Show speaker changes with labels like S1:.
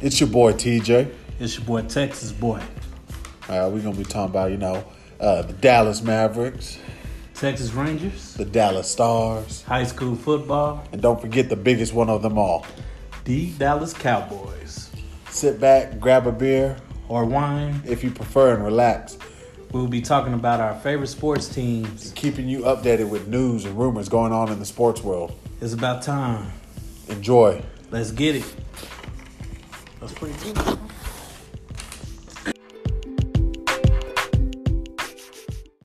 S1: It's your boy TJ.
S2: It's your boy Texas boy.
S1: Uh, we're gonna be talking about you know uh, the Dallas Mavericks,
S2: Texas Rangers,
S1: the Dallas Stars,
S2: high school football,
S1: and don't forget the biggest one of them all.
S2: the Dallas Cowboys.
S1: Sit back, grab a beer
S2: Or wine.
S1: if you prefer, and relax.
S2: We'll be talking about our favorite sports teams.
S1: Keeping you updated with news and rumors going on in the sports world.
S2: It's about time.
S1: Enjoy.
S2: Let's get it. That's pretty good.